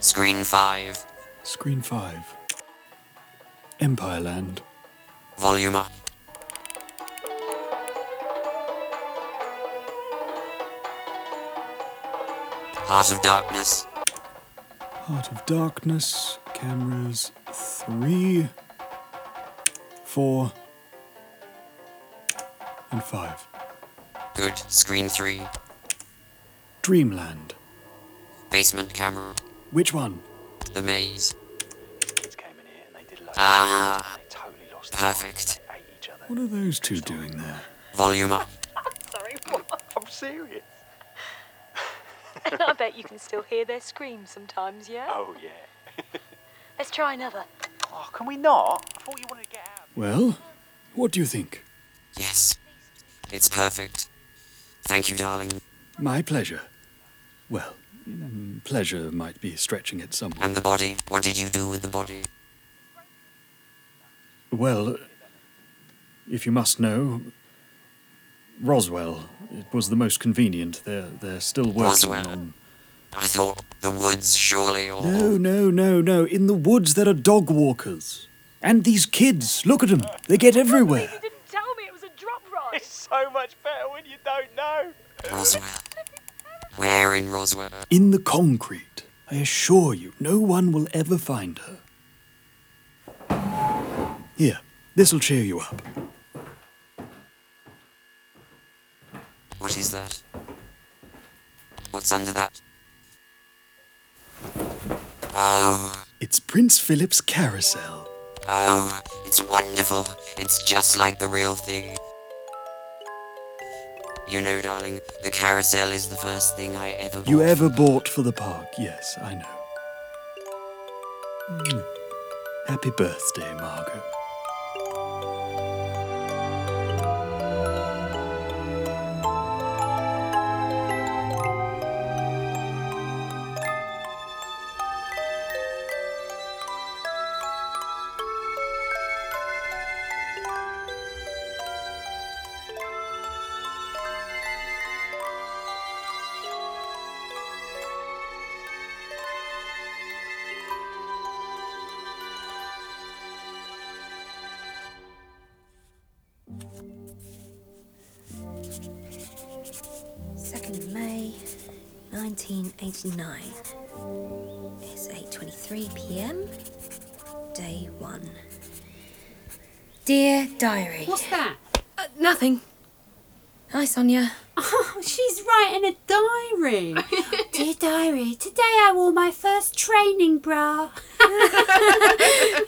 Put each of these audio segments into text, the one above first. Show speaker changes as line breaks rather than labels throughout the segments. Screen 5.
Screen 5. Empire Land.
Volume up. Heart of Darkness.
Heart of Darkness. Cameras 3, 4, and 5.
Good. Screen 3.
Dreamland.
Basement camera.
Which one?
The maze.
came in here and they did loads
Ah.
of stuff and they totally lost it.
Perfect.
They ate each other.
What are those two doing there?
Volume up.
Sorry, what?
I'm serious.
I bet you can still hear their screams sometimes, yeah?
Oh yeah.
Let's try another.
Oh, can we not? I thought you wanted to get out.
Well, what do you think?
Yes. It's perfect. Thank you, darling.
My pleasure. Well, mm, pleasure might be stretching it somewhat.
And the body. What did you do with the body?
Well, if you must know, Roswell. It was the most convenient. They're they're still working
Roswell.
on.
I thought the woods, surely, or.
No, no, no, no! In the woods there are dog walkers, and these kids. Look at them. They get everywhere.
You didn't tell me it was a drop rod.
It's so much better when you don't know.
Roswell. Where in Roswell?
In the concrete. I assure you, no one will ever find her. Here, this'll cheer you up.
What is that? What's under that? Oh.
It's Prince Philip's carousel.
Oh, it's wonderful. It's just like the real thing. You know, darling, the carousel is the first thing I ever bought.
You ever bought for the park? Yes, I know. Mm. Happy birthday, Margot.
Second of May, 1989. It's 8:23 p.m. Day one. Dear diary.
What's that?
Uh, nothing. Hi, Sonia.
Oh, she's writing a diary. Dear diary, today I wore my first training bra.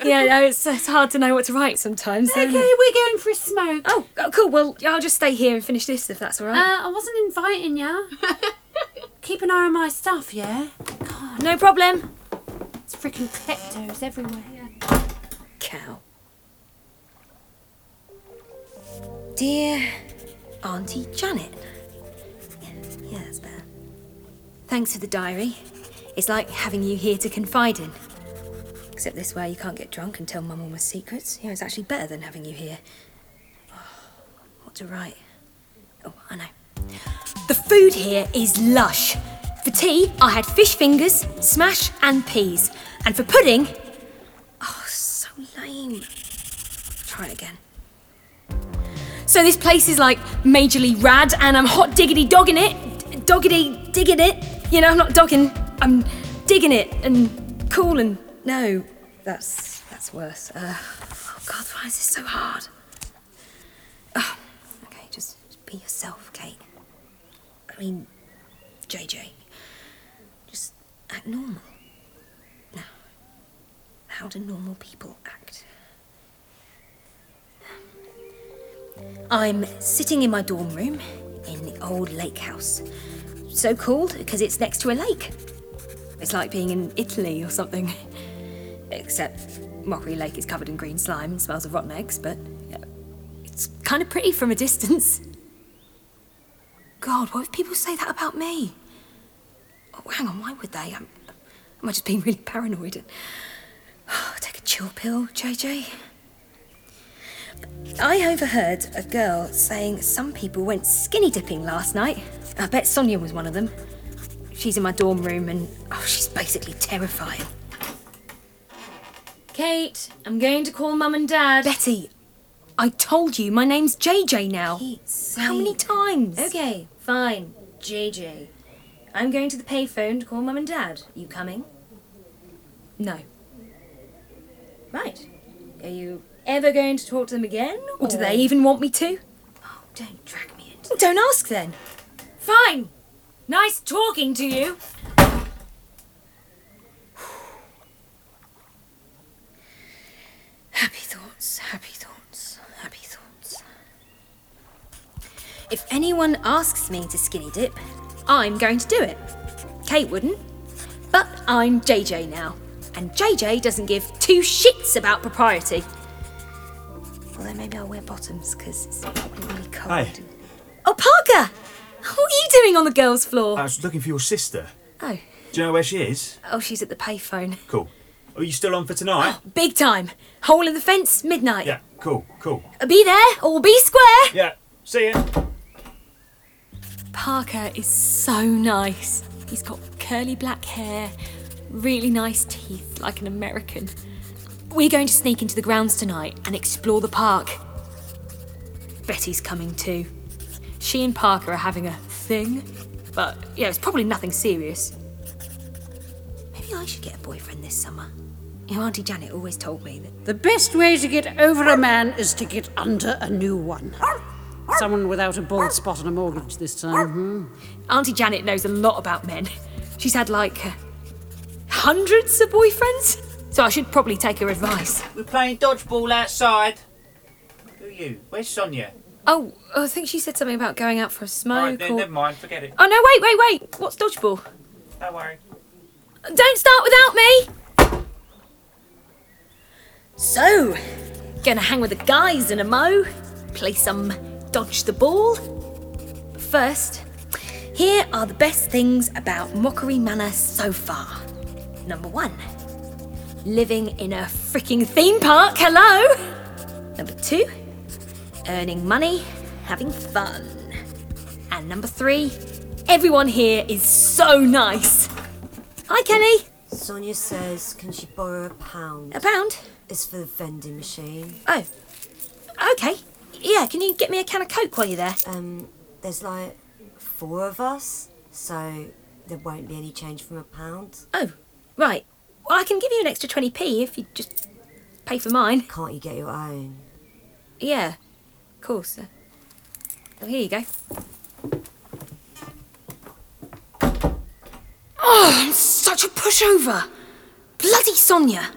yeah, no, it's, it's hard to know what to write sometimes.
Okay,
isn't it?
we're going for a smoke.
Oh, oh, cool. Well, I'll just stay here and finish this if that's all right.
Uh, I wasn't inviting you. Keep an eye on my stuff, yeah? God,
no problem.
it's freaking kleptos everywhere.
Cow. Dear Auntie Janet. Yeah, yeah, that's better. Thanks for the diary. It's like having you here to confide in. Except this way, you can't get drunk and tell Mum all my secrets. You know, it's actually better than having you here. Oh, what to write? Oh, I know. The food here is lush. For tea, I had fish fingers, smash, and peas. And for pudding, oh, so lame. Try it again. So this place is like majorly rad, and I'm hot diggity dogging it, doggity digging it. You know, I'm not dogging, I'm digging it and cool and no, that's that's worse. Uh, oh God, why is this so hard? Oh, okay, just be yourself, Kate. I mean, JJ, just act normal. No. How do normal people act? I'm sitting in my dorm room in the old lake house. So called because it's next to a lake. It's like being in Italy or something. Except Mockery Lake is covered in green slime and smells of rotten eggs, but yeah, it's kind of pretty from a distance. God, what if people say that about me? Oh, hang on, why would they? Am am I just being really paranoid? Take a chill pill, JJ. I overheard a girl saying some people went skinny dipping last night. I bet Sonia was one of them. She's in my dorm room and oh, she's basically terrifying.
Kate, I'm going to call Mum and Dad.
Betty, I told you my name's JJ now. How many times?
Okay, fine. JJ. I'm going to the payphone to call Mum and Dad. You coming?
No.
Right. Are you ever going to talk to them again?
Or do they even want me to?
Oh, don't drag me into.
Don't ask then.
Fine! Nice talking to you.
Happy thoughts, happy thoughts, happy thoughts. If anyone asks me to skinny dip, I'm going to do it. Kate wouldn't. But I'm JJ now, and JJ doesn't give two shits about propriety. Although maybe I'll wear bottoms because it's probably really cold.
Hi.
Oh, Parker! What are you doing on the girls' floor?
I was looking for your sister.
oh,
Do you know where she is?
oh, she's at the payphone.
Cool. Are you still on for tonight?
Big time. Hole in the fence, midnight.
yeah, cool, cool.
Be there or be square.
Yeah, see ya.
Parker is so nice. He's got curly black hair, really nice teeth, like an American. We're going to sneak into the grounds tonight and explore the park. Betty's coming too. She and Parker are having a thing, but yeah, it's probably nothing serious. Maybe I should get a boyfriend this summer. You know, Auntie Janet always told me that
The best way to get over a man is to get under a new one. Someone without a bald spot on a mortgage this time. hmm?
Auntie Janet knows a lot about men. She's had like uh, hundreds of boyfriends, so I should probably take her advice.
We're playing dodgeball outside. Who are you? Where's Sonia?
Oh, I think she said something about going out for a smoke.
Alright, then,
or-
never mind, forget it.
Oh no! Wait, wait, wait! What's dodgeball?
Don't worry.
Don't start without me. So, gonna hang with the guys in a mo, play some dodge the ball. But first, here are the best things about Mockery Manor so far. Number one, living in a freaking theme park. Hello. Number two, earning money, having fun. And number three, everyone here is so nice. Hi, Kenny.
Sonia says, can she borrow a pound?
A pound?
It's for the vending machine.
Oh, okay. Yeah, can you get me a can of Coke while you're there?
Um, there's like four of us, so there won't be any change from a pound.
Oh, right. Well, I can give you an extra 20p if you just pay for mine.
Can't you get your own?
Yeah, of course. Uh, Oh, here you go. Oh, I'm such a pushover.
Bloody Sonia!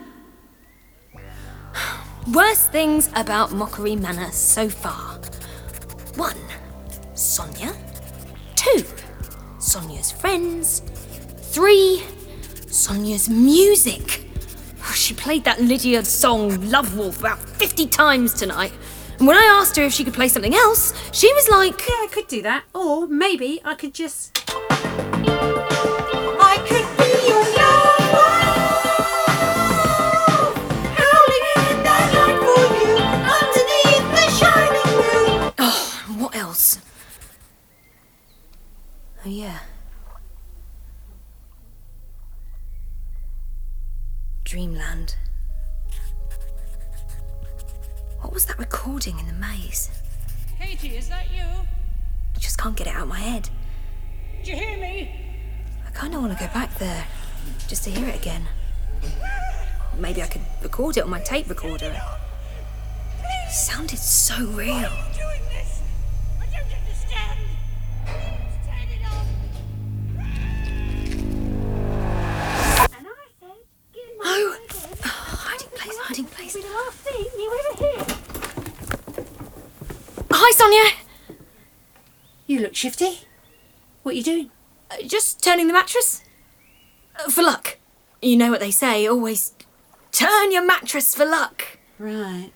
Worst things about Mockery Manor so far. One, Sonia. Two, Sonia's friends. Three, Sonia's music. Oh, she played that Lydia song, Love Wolf, about 50 times tonight. And when I asked her if she could play something else, she was like. Yeah, I could do that. Or maybe I could just.
I could be your love, howling in the night for you, underneath the shining moon.
Oh, and what else? Oh, yeah. Dreamland. What was that recording in the maze?
Katie, is that you?
I just can't get it out of my head.
Do you hear me?
I kind of want to go back there just to hear it again. Maybe I could record it on my tape recorder. It sounded so real.
Doing this, I don't understand. Please turn it off.
Oh! hiding place, hiding place.
The last thing you ever hear.
Hi, Sonia!
You look shifty. What are you doing?
Uh, just turning the mattress. Uh, for luck. You know what they say, always turn your mattress for luck.
Right.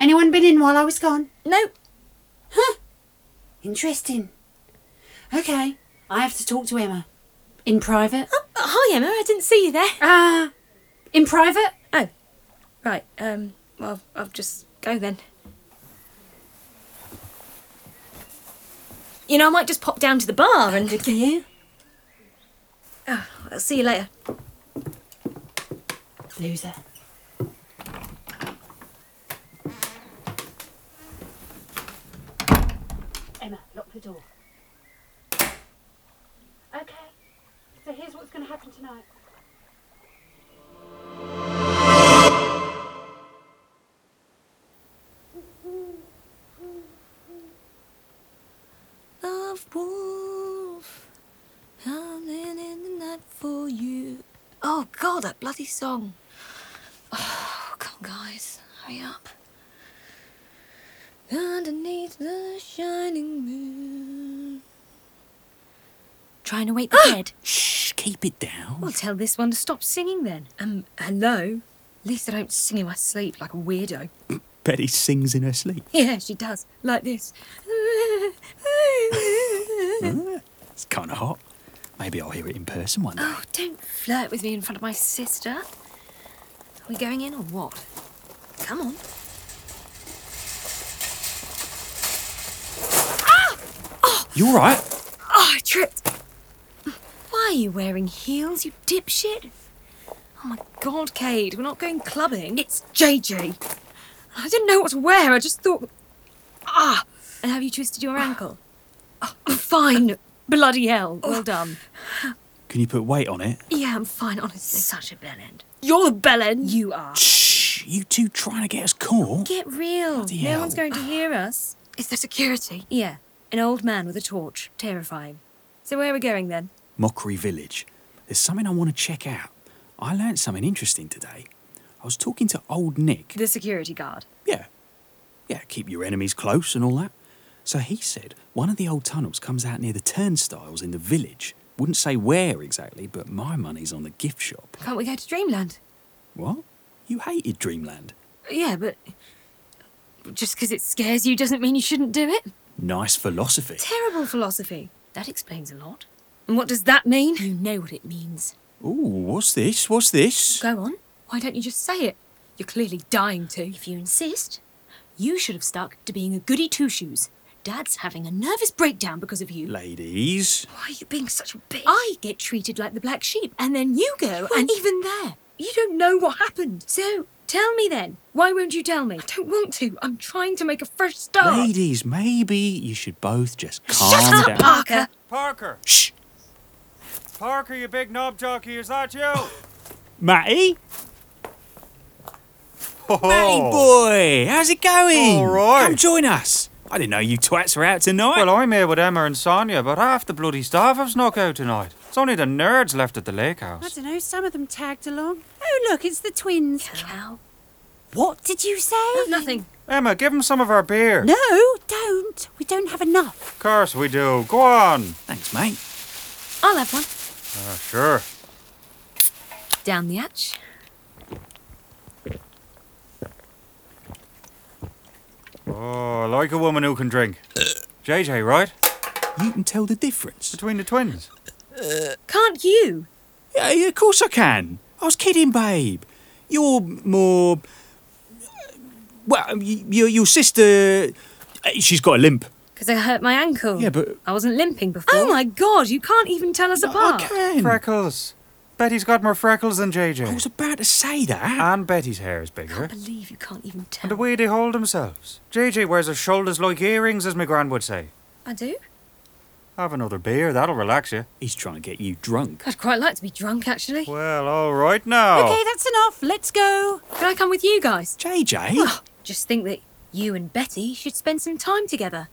Anyone been in while I was gone?
Nope.
Huh. Interesting. Okay, I have to talk to Emma. In private?
Oh.
hi, Emma. I didn't see you there.
Ah. in private?
Oh. Right. Um. Well, I'll just go then. You know, I might just pop down to the bar and. Good
you.
Oh, I'll see you later.
Loser. Emma, lock the door. Okay, so here's what's going to happen tonight.
Love wolf, howling in the night for you.
Oh God, that bloody song. Oh, come on, guys, hurry up.
Underneath the shining moon.
Trying to wake the dead.
Shh, keep it down.
Well, tell this one to stop singing then. Um, hello. At least I don't sing in my sleep like a weirdo.
Betty sings in her sleep.
Yeah, she does. Like this.
It's kind of hot. Maybe I'll hear it in person one day.
Oh, don't flirt with me in front of my sister. Are we going in or what? Come on.
You all right?
Oh, I tripped. Why are you wearing heels, you dipshit? Oh my god, Cade, we're not going clubbing. It's JJ. I didn't know what to wear, I just thought. Ah! And have you twisted your ankle? Oh, fine. Bloody hell. Well done.
Can you put weight on it?
Yeah, I'm fine, honestly. Such
a bellend.
You're the bellend. You are.
Shh, you two trying to get us caught?
Get real. no
hell.
one's going to hear us. Is there security? Yeah. An old man with a torch. Terrifying. So where are we going then?
Mockery Village. There's something I want to check out. I learnt something interesting today. I was talking to old Nick.
The security guard.
Yeah. Yeah, keep your enemies close and all that. So he said one of the old tunnels comes out near the turnstiles in the village. Wouldn't say where exactly, but my money's on the gift shop.
Can't we go to Dreamland?
What? You hated Dreamland.
Yeah, but just because it scares you doesn't mean you shouldn't do it.
Nice philosophy.
Terrible philosophy. That explains a lot. And what does that mean? You know what it means.
Ooh, what's this? What's this?
Go on. Why don't you just say it? You're clearly dying to. If you insist, you should have stuck to being a goody two shoes. Dad's having a nervous breakdown because of you.
Ladies.
Why are you being such a bitch? I get treated like the black sheep, and then you go. and even there, you don't know what happened. So tell me then. Why won't you tell me? I don't want to. I'm trying to make a fresh start.
Ladies, maybe you should both just calm
Oh. Shut up,
down.
Parker.
Parker!
Shh!
Parker, you big knob jockey, is that you?
Matty?
Matty
Oh. boy, how's it going?
Oh. All right.
Come join us. I didn't know you twats were out tonight.
Well, I'm here with Emma and Sonia, but half the bloody staff have snuck out tonight. It's only the nerds left at the lake house.
I don't know, some of them tagged along. Oh, look, it's the twins. Cow. What did you say? nothing.
Emma, give them some of our beer.
No, don't. We don't have enough.
Of course we do. Go on. Thanks, mate.
I'll have one.
Uh, sure.
Down the hatch.
Oh, I like a woman who can drink. JJ, right? You can tell the difference between the twins.
Can't you?
Yeah, yeah, of course I can. I was kidding, babe. You're more. Well, y- your your sister. eh, She's got a limp.
Because I hurt my ankle.
Yeah, but-
I wasn't limping before. Oh my god, you can't even tell us apart.
Freckles. Betty's got more freckles than JJ.
Oh,
I was about to say that. And Betty's hair is bigger.
I believe you can't even tell.
And the way they hold themselves. JJ wears her shoulders like earrings, as my gran would say.
I do?
Have another beer, that'll relax you. He's trying to get you drunk.
I'd quite like to be drunk, actually.
Well, all right now.
Okay, that's enough. Let's go. Can I come with you guys?
JJ?
Well, just think that you and Betty should spend some time together.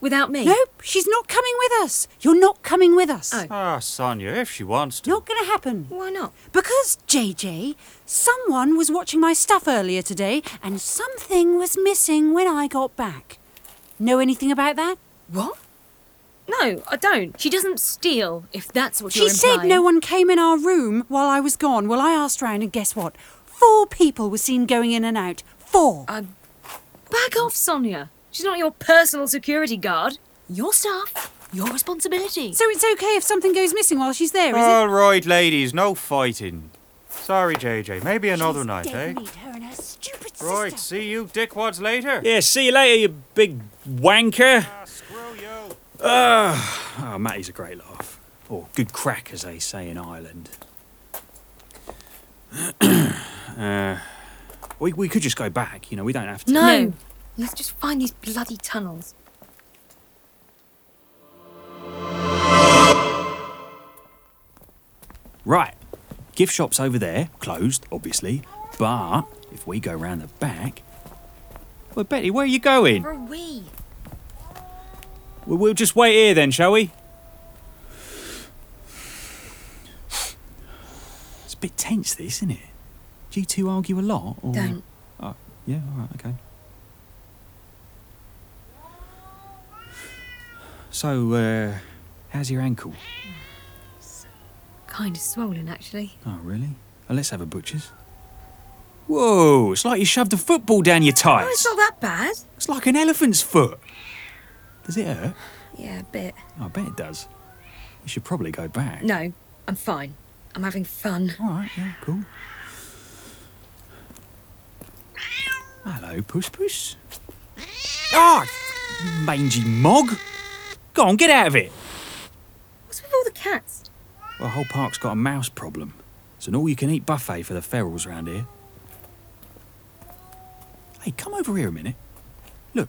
Without me.
Nope, she's not coming with us. You're not coming with us.
Oh.
Ah, Sonia, if she wants to.
Not going to happen.
Why not?
Because, JJ, someone was watching my stuff earlier today and something was missing when I got back. Know anything about that?
What? No, I don't. She doesn't steal, if that's what
She
you're
said
implying.
no one came in our room while I was gone. Well, I asked round, and guess what? Four people were seen going in and out. Four.
Uh.
Back off, Sonia. She's not your personal security guard. Your staff, your responsibility.
So it's okay if something goes missing while she's there, is
All
it?
right, ladies, no fighting. Sorry, JJ. Maybe another night, eh? Right, see you dickwads later.
Yeah, see you later, you big wanker. Ah, oh, Matty's a great laugh. Or good crack, as they say in Ireland. uh, we, we could just go back, you know, we don't have to.
No. Let's just find these bloody tunnels.
Right. Gift shop's over there, closed, obviously. But if we go round the back. Well, Betty, where are you going?
For a wee.
Well, we'll just wait here then, shall we? It's a bit tense, this, isn't it? Do you two argue a lot? Or...
Don't.
Oh, yeah, all right, okay. So, uh, how's your ankle?
Kind of swollen, actually.
Oh, really? Oh, let's have a butcher's. Whoa, it's like you shoved a football down your
Oh, it's
tyres.
not that bad.
It's like an elephant's foot. Does it hurt?
Yeah, a bit.
I bet it does. You should probably go back.
No, I'm fine. I'm having fun.
All right, yeah, cool. Hello, Puss Puss. Ah, mangy mog. Go on, get out of it.
What's with all the cats?
Well, the whole park's got a mouse problem. It's an all-you-can-eat buffet for the ferals round here. Hey, come over here a minute. Look.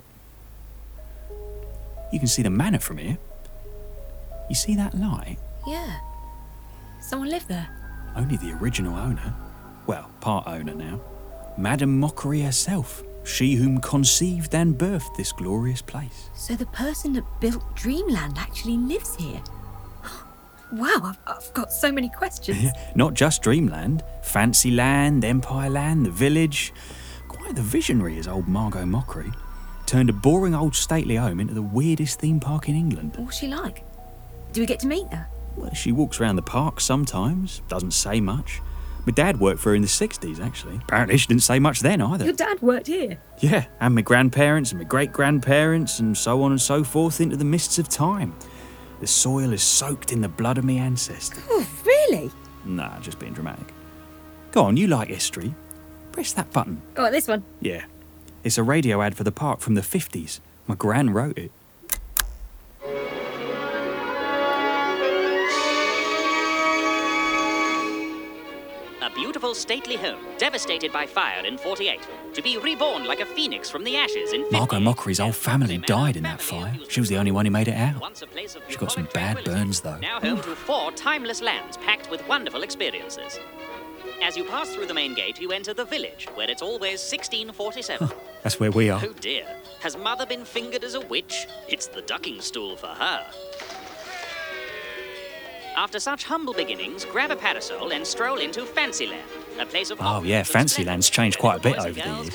You can see the manor from here. You see that light?
Yeah. Someone lived there.
Only the original owner. Well, part owner now. Madame Mockery herself. She whom conceived and birthed this glorious place.
So the person that built Dreamland actually lives here. Wow, I've, I've got so many questions.
Not just Dreamland, Fancyland, Empire Land, the village. Quite the visionary is old Margot Mockery. Turned a boring old stately home into the weirdest theme park in England.
What's she like? Do we get to meet her?
Well, she walks around the park sometimes, doesn't say much. My dad worked for her in the 60s, actually. Apparently, she didn't say much then either.
Your dad worked here.
Yeah, and my grandparents and my great grandparents and so on and so forth into the mists of time. The soil is soaked in the blood of my ancestors.
Oh, really?
Nah, just being dramatic. Go on, you like history. Press that button.
Oh, this one.
Yeah. It's a radio ad for the park from the 50s. My gran wrote it.
A beautiful, stately home, devastated by fire in 48, to be reborn like a phoenix from the ashes in 50.
Margot Mockery's whole family died in that fire. She was the only one who made it out. She got some bad burns, though.
Now home to four timeless lands packed with wonderful experiences. As you pass through the main gate, you enter the village, where it's always 1647.
That's where we are.
Oh dear, has mother been fingered as a witch? It's the ducking stool for her. After such humble beginnings, grab a parasol and stroll into Fancyland, a place of
Oh, yeah, Fancyland's changed quite a bit over the years.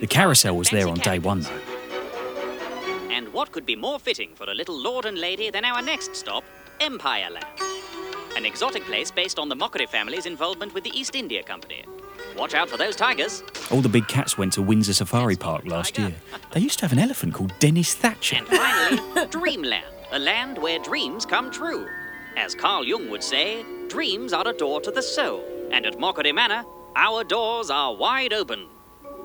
The carousel was there on day one, though.
And what could be more fitting for a little lord and lady than our next stop, Empire Land? An exotic place based on the Mockery family's involvement with the East India Company. Watch out for those tigers.
All the big cats went to Windsor Safari Park last year. They used to have an elephant called Dennis Thatcher.
Finally, Dreamland, a land where dreams come true. As Carl Jung would say, dreams are a door to the soul. And at Mockery Manor, our doors are wide open.
God,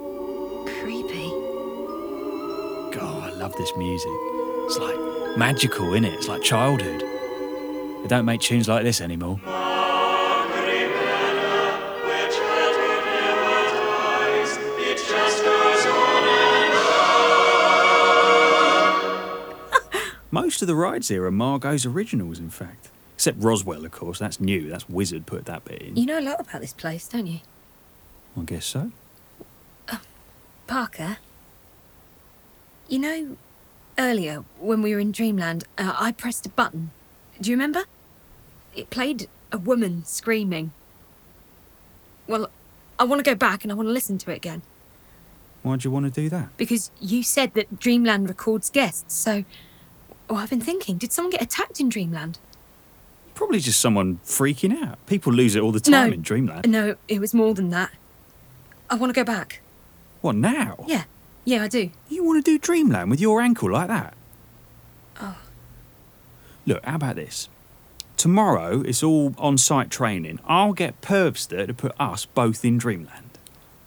I love this music. It's like magical, innit? It's like childhood. They don't make tunes like this anymore. Most of the rides here are Margot's originals, in fact. Except Roswell, of course. That's new. That's Wizard put that bit in.
You know a lot about this place, don't you?
I guess so.
Parker? You know, earlier when we were in Dreamland, uh, I pressed a button. Do you remember? It played a woman screaming. Well, I want to go back and I want to listen to it again.
Why'd you want to do that?
Because you said that Dreamland records guests, so. Oh, I've been thinking, did someone get attacked in Dreamland?
Probably just someone freaking out. People lose it all the time
No.
in Dreamland.
No, it was more than that. I want to go back.
What now?
Yeah, yeah, I do.
You want to do Dreamland with your ankle like that?
Oh.
Look, how about this? Tomorrow it's all on site training. I'll get Pervster to put us both in Dreamland.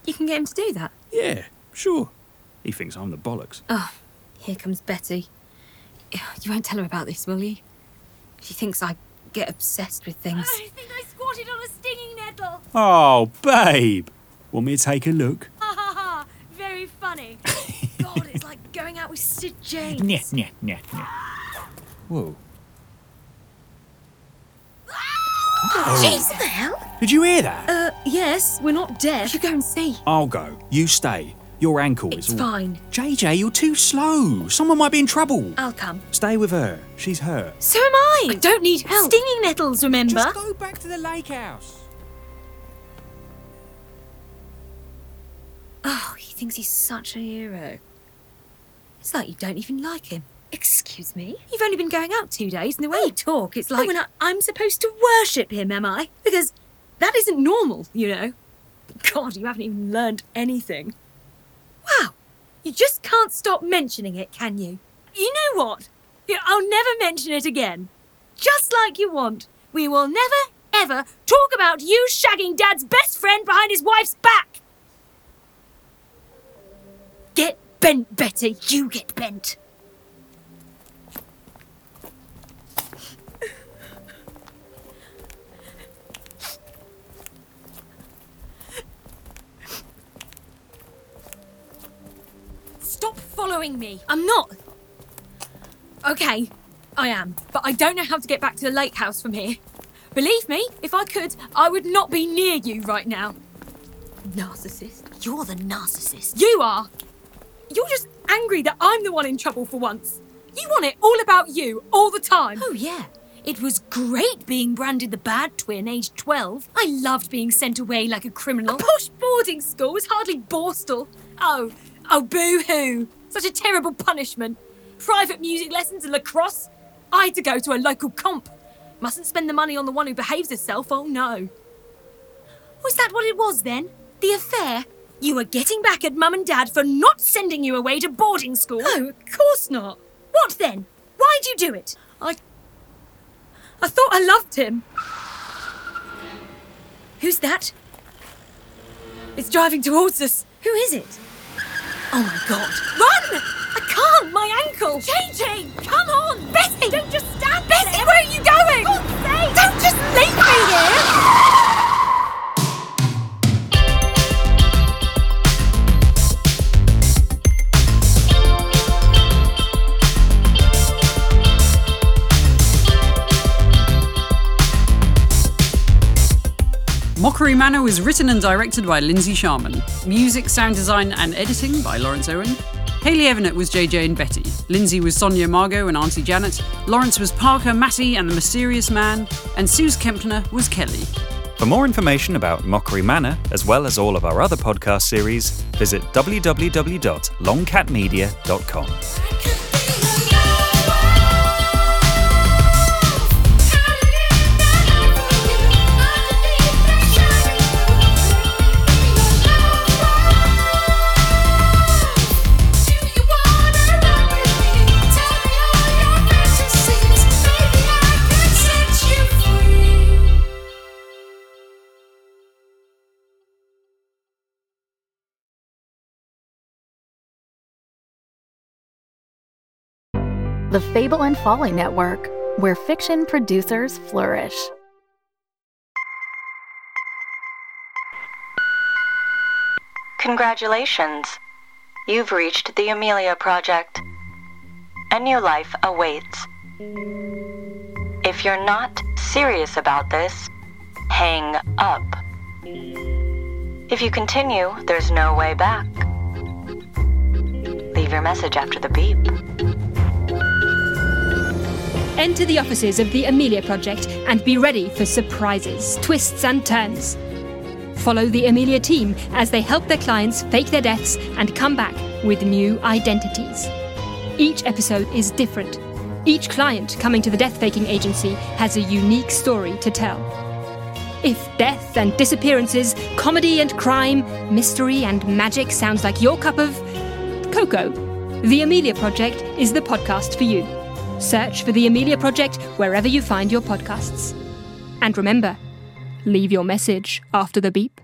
You can get him to do that.
Yeah, sure. He thinks I'm the bollocks.
Oh, here comes Betty. You won't tell her about this, will you? She thinks I get obsessed with things.
I squatted on a stinging nettle.
Oh, babe. Want me to take a look?
Ha ha ha! Very funny. God, it's like going out with Sid James.
Nyeh, nyeh, nyeh, nyeh. Whoa.
Jeez, what the hell?
Did you hear that?
Uh, yes, we're not deaf. You go and see.
I'll go. You stay. Your ankle
It's
is all...
fine.
JJ, you're too slow. Someone might be in trouble.
I'll come.
Stay with her. She's hurt.
So am I. I don't need help. Stinging nettles, remember?
Just go back to the lake house.
Oh, he thinks he's such a hero. It's like you don't even like him. Excuse me? You've only been going out two days, and the way you talk, it's like. Oh, and I, I'm supposed to worship him, am I? Because that isn't normal, you know. God, you haven't even learned anything. Wow! You just can't stop mentioning it, can you? You know what? You- I'll never mention it again. Just like you want. We will never, ever talk about you shagging Dad's best friend behind his wife's back! Get bent, Betty. You get bent. Stop following me. I'm not. Okay, I am, but I don't know how to get back to the lake house from here. Believe me, if I could, I would not be near you right now. Narcissist. You're the narcissist. You are. You're just angry that I'm the one in trouble for once. You want it all about you, all the time. Oh, yeah. It was great being branded the bad twin, aged 12. I loved being sent away like a criminal. A posh boarding school was hardly Borstal. Oh, oh, boo hoo. Such a terrible punishment. Private music lessons and lacrosse. I had to go to a local comp. Mustn't spend the money on the one who behaves herself, oh no. Was that what it was then? The affair? You were getting back at Mum and Dad for not sending you away to boarding school? No, of course not. What then? Why'd you do it? I. I thought I loved him. Who's that? It's driving towards us. Who is it? Oh my god. Run! I can't! My ankle! JJ! Come on! Betty! Don't just stand Betty, where are you going? Don't just leave me here!
Mockery Manor was written and directed by Lindsay Sharman. Music, sound design, and editing by Lawrence Owen.
Hayley Evanett was JJ and Betty. Lindsay was Sonia Margot and Auntie Janet. Lawrence was Parker, Matty, and the Mysterious Man. And Suze Kempner was Kelly.
For more information about Mockery Manor, as well as all of our other podcast series, visit www.longcatmedia.com.
The Fable and Folly Network, where fiction producers flourish.
Congratulations. You've reached the Amelia Project. A new life awaits. If you're not serious about this, hang up. If you continue, there's no way back. Leave your message after the beep.
Enter the offices of the Amelia Project and be ready for surprises, twists, and turns. Follow the Amelia team as they help their clients fake their deaths and come back with new identities. Each episode is different. Each client coming to the death faking agency has a unique story to tell. If death and disappearances, comedy and crime, mystery and magic sounds like your cup of cocoa, the Amelia Project is the podcast for you. Search for The Amelia Project wherever you find your podcasts. And remember, leave your message after the beep.